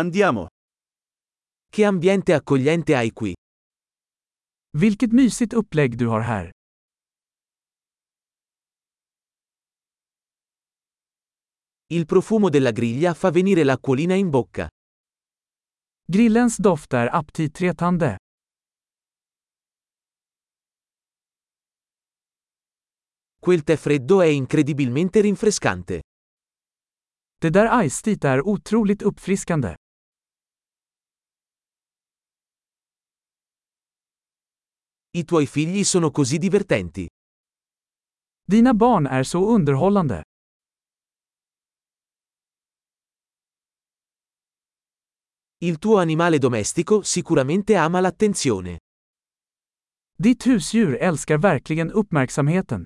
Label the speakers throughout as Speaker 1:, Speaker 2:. Speaker 1: Andiamo. Che ambiente accogliente hai qui.
Speaker 2: Vilket mysigt upplägg du har här.
Speaker 1: Il profumo della griglia fa venire l'acquolina in bocca.
Speaker 2: Grillens doft är aptitretande.
Speaker 1: Quel tè freddo è incredibilmente rinfrescante.
Speaker 2: Det där iceteet är otroligt uppfriskande.
Speaker 1: I tuoi figli sono così divertenti.
Speaker 2: Dina barn är så underhållande.
Speaker 1: Il tuo animale domestico sicuramente ama l'attenzione.
Speaker 2: Ditt husdjur älskar verkligen uppmärksamheten.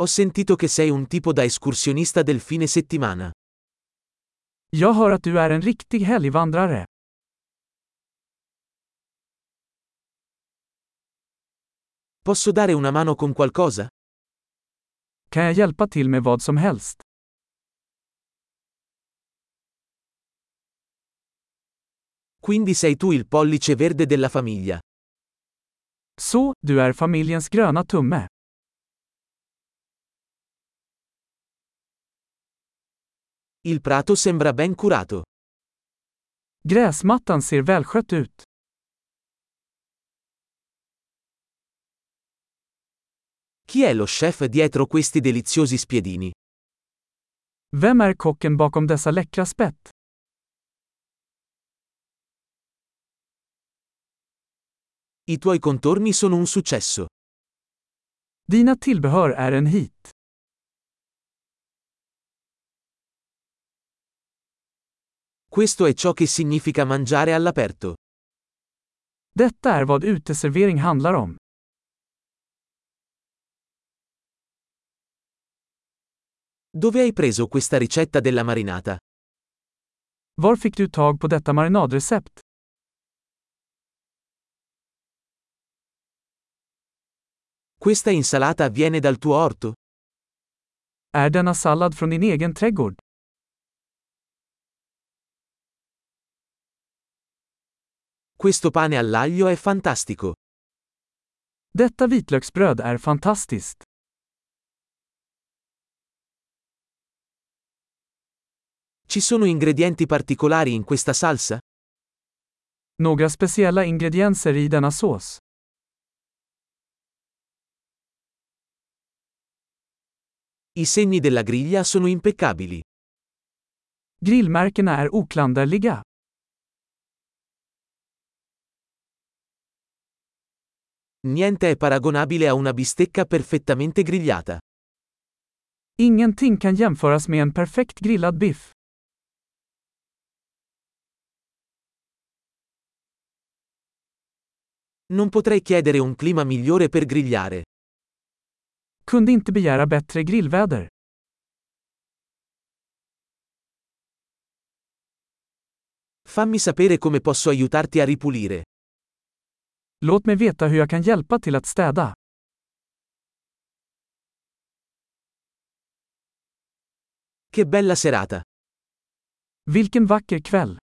Speaker 1: Ho sentito che sei un tipo da escursionista del fine settimana.
Speaker 2: Jag hör att du är en riktig helgvandrare.
Speaker 1: Posso dare una mano con qualcosa?
Speaker 2: Kan jag hjälpa till med vad som helst?
Speaker 1: Quindi sei tu il pollice verde della famiglia.
Speaker 2: Så, du är familjens gröna tumme.
Speaker 1: Il prato sembra ben curato.
Speaker 2: Gräsmattan ser välskött ut.
Speaker 1: Chi è lo chef dietro questi deliziosi spiedini?
Speaker 2: Vem är kocken bakom dessa läckra spett?
Speaker 1: I tuoi contorni sono un successo.
Speaker 2: Dina tillbehör är en hit.
Speaker 1: Questo è ciò che significa mangiare all'aperto.
Speaker 2: Detta är vad uteservering handlar om.
Speaker 1: Dove hai preso questa ricetta della marinata?
Speaker 2: Var fick du tag på detta marinadrecept?
Speaker 1: Questa insalata viene dal tuo orto?
Speaker 2: Är denna sallad från din egen trädgård?
Speaker 1: Questo pane all'aglio è fantastico.
Speaker 2: Detta vitlöksbröd är fantastiskt.
Speaker 1: Ci sono ingredienti particolari in questa salsa?
Speaker 2: Några speciella ingredienser i denna sås.
Speaker 1: I segni della griglia sono impeccabili.
Speaker 2: Grillmärkena är oklanderliga.
Speaker 1: Niente è paragonabile a una bistecca perfettamente grigliata.
Speaker 2: Ingenting kan jämföras med en perfekt grillad biff.
Speaker 1: Non potrei chiedere un clima migliore per grigliare.
Speaker 2: Kunde inte begära bättre grillväder.
Speaker 1: Fammi sapere come posso aiutarti a ripulire.
Speaker 2: Låt mig veta hur jag kan hjälpa till att städa.
Speaker 1: Che bella serata!
Speaker 2: Vilken vacker kväll!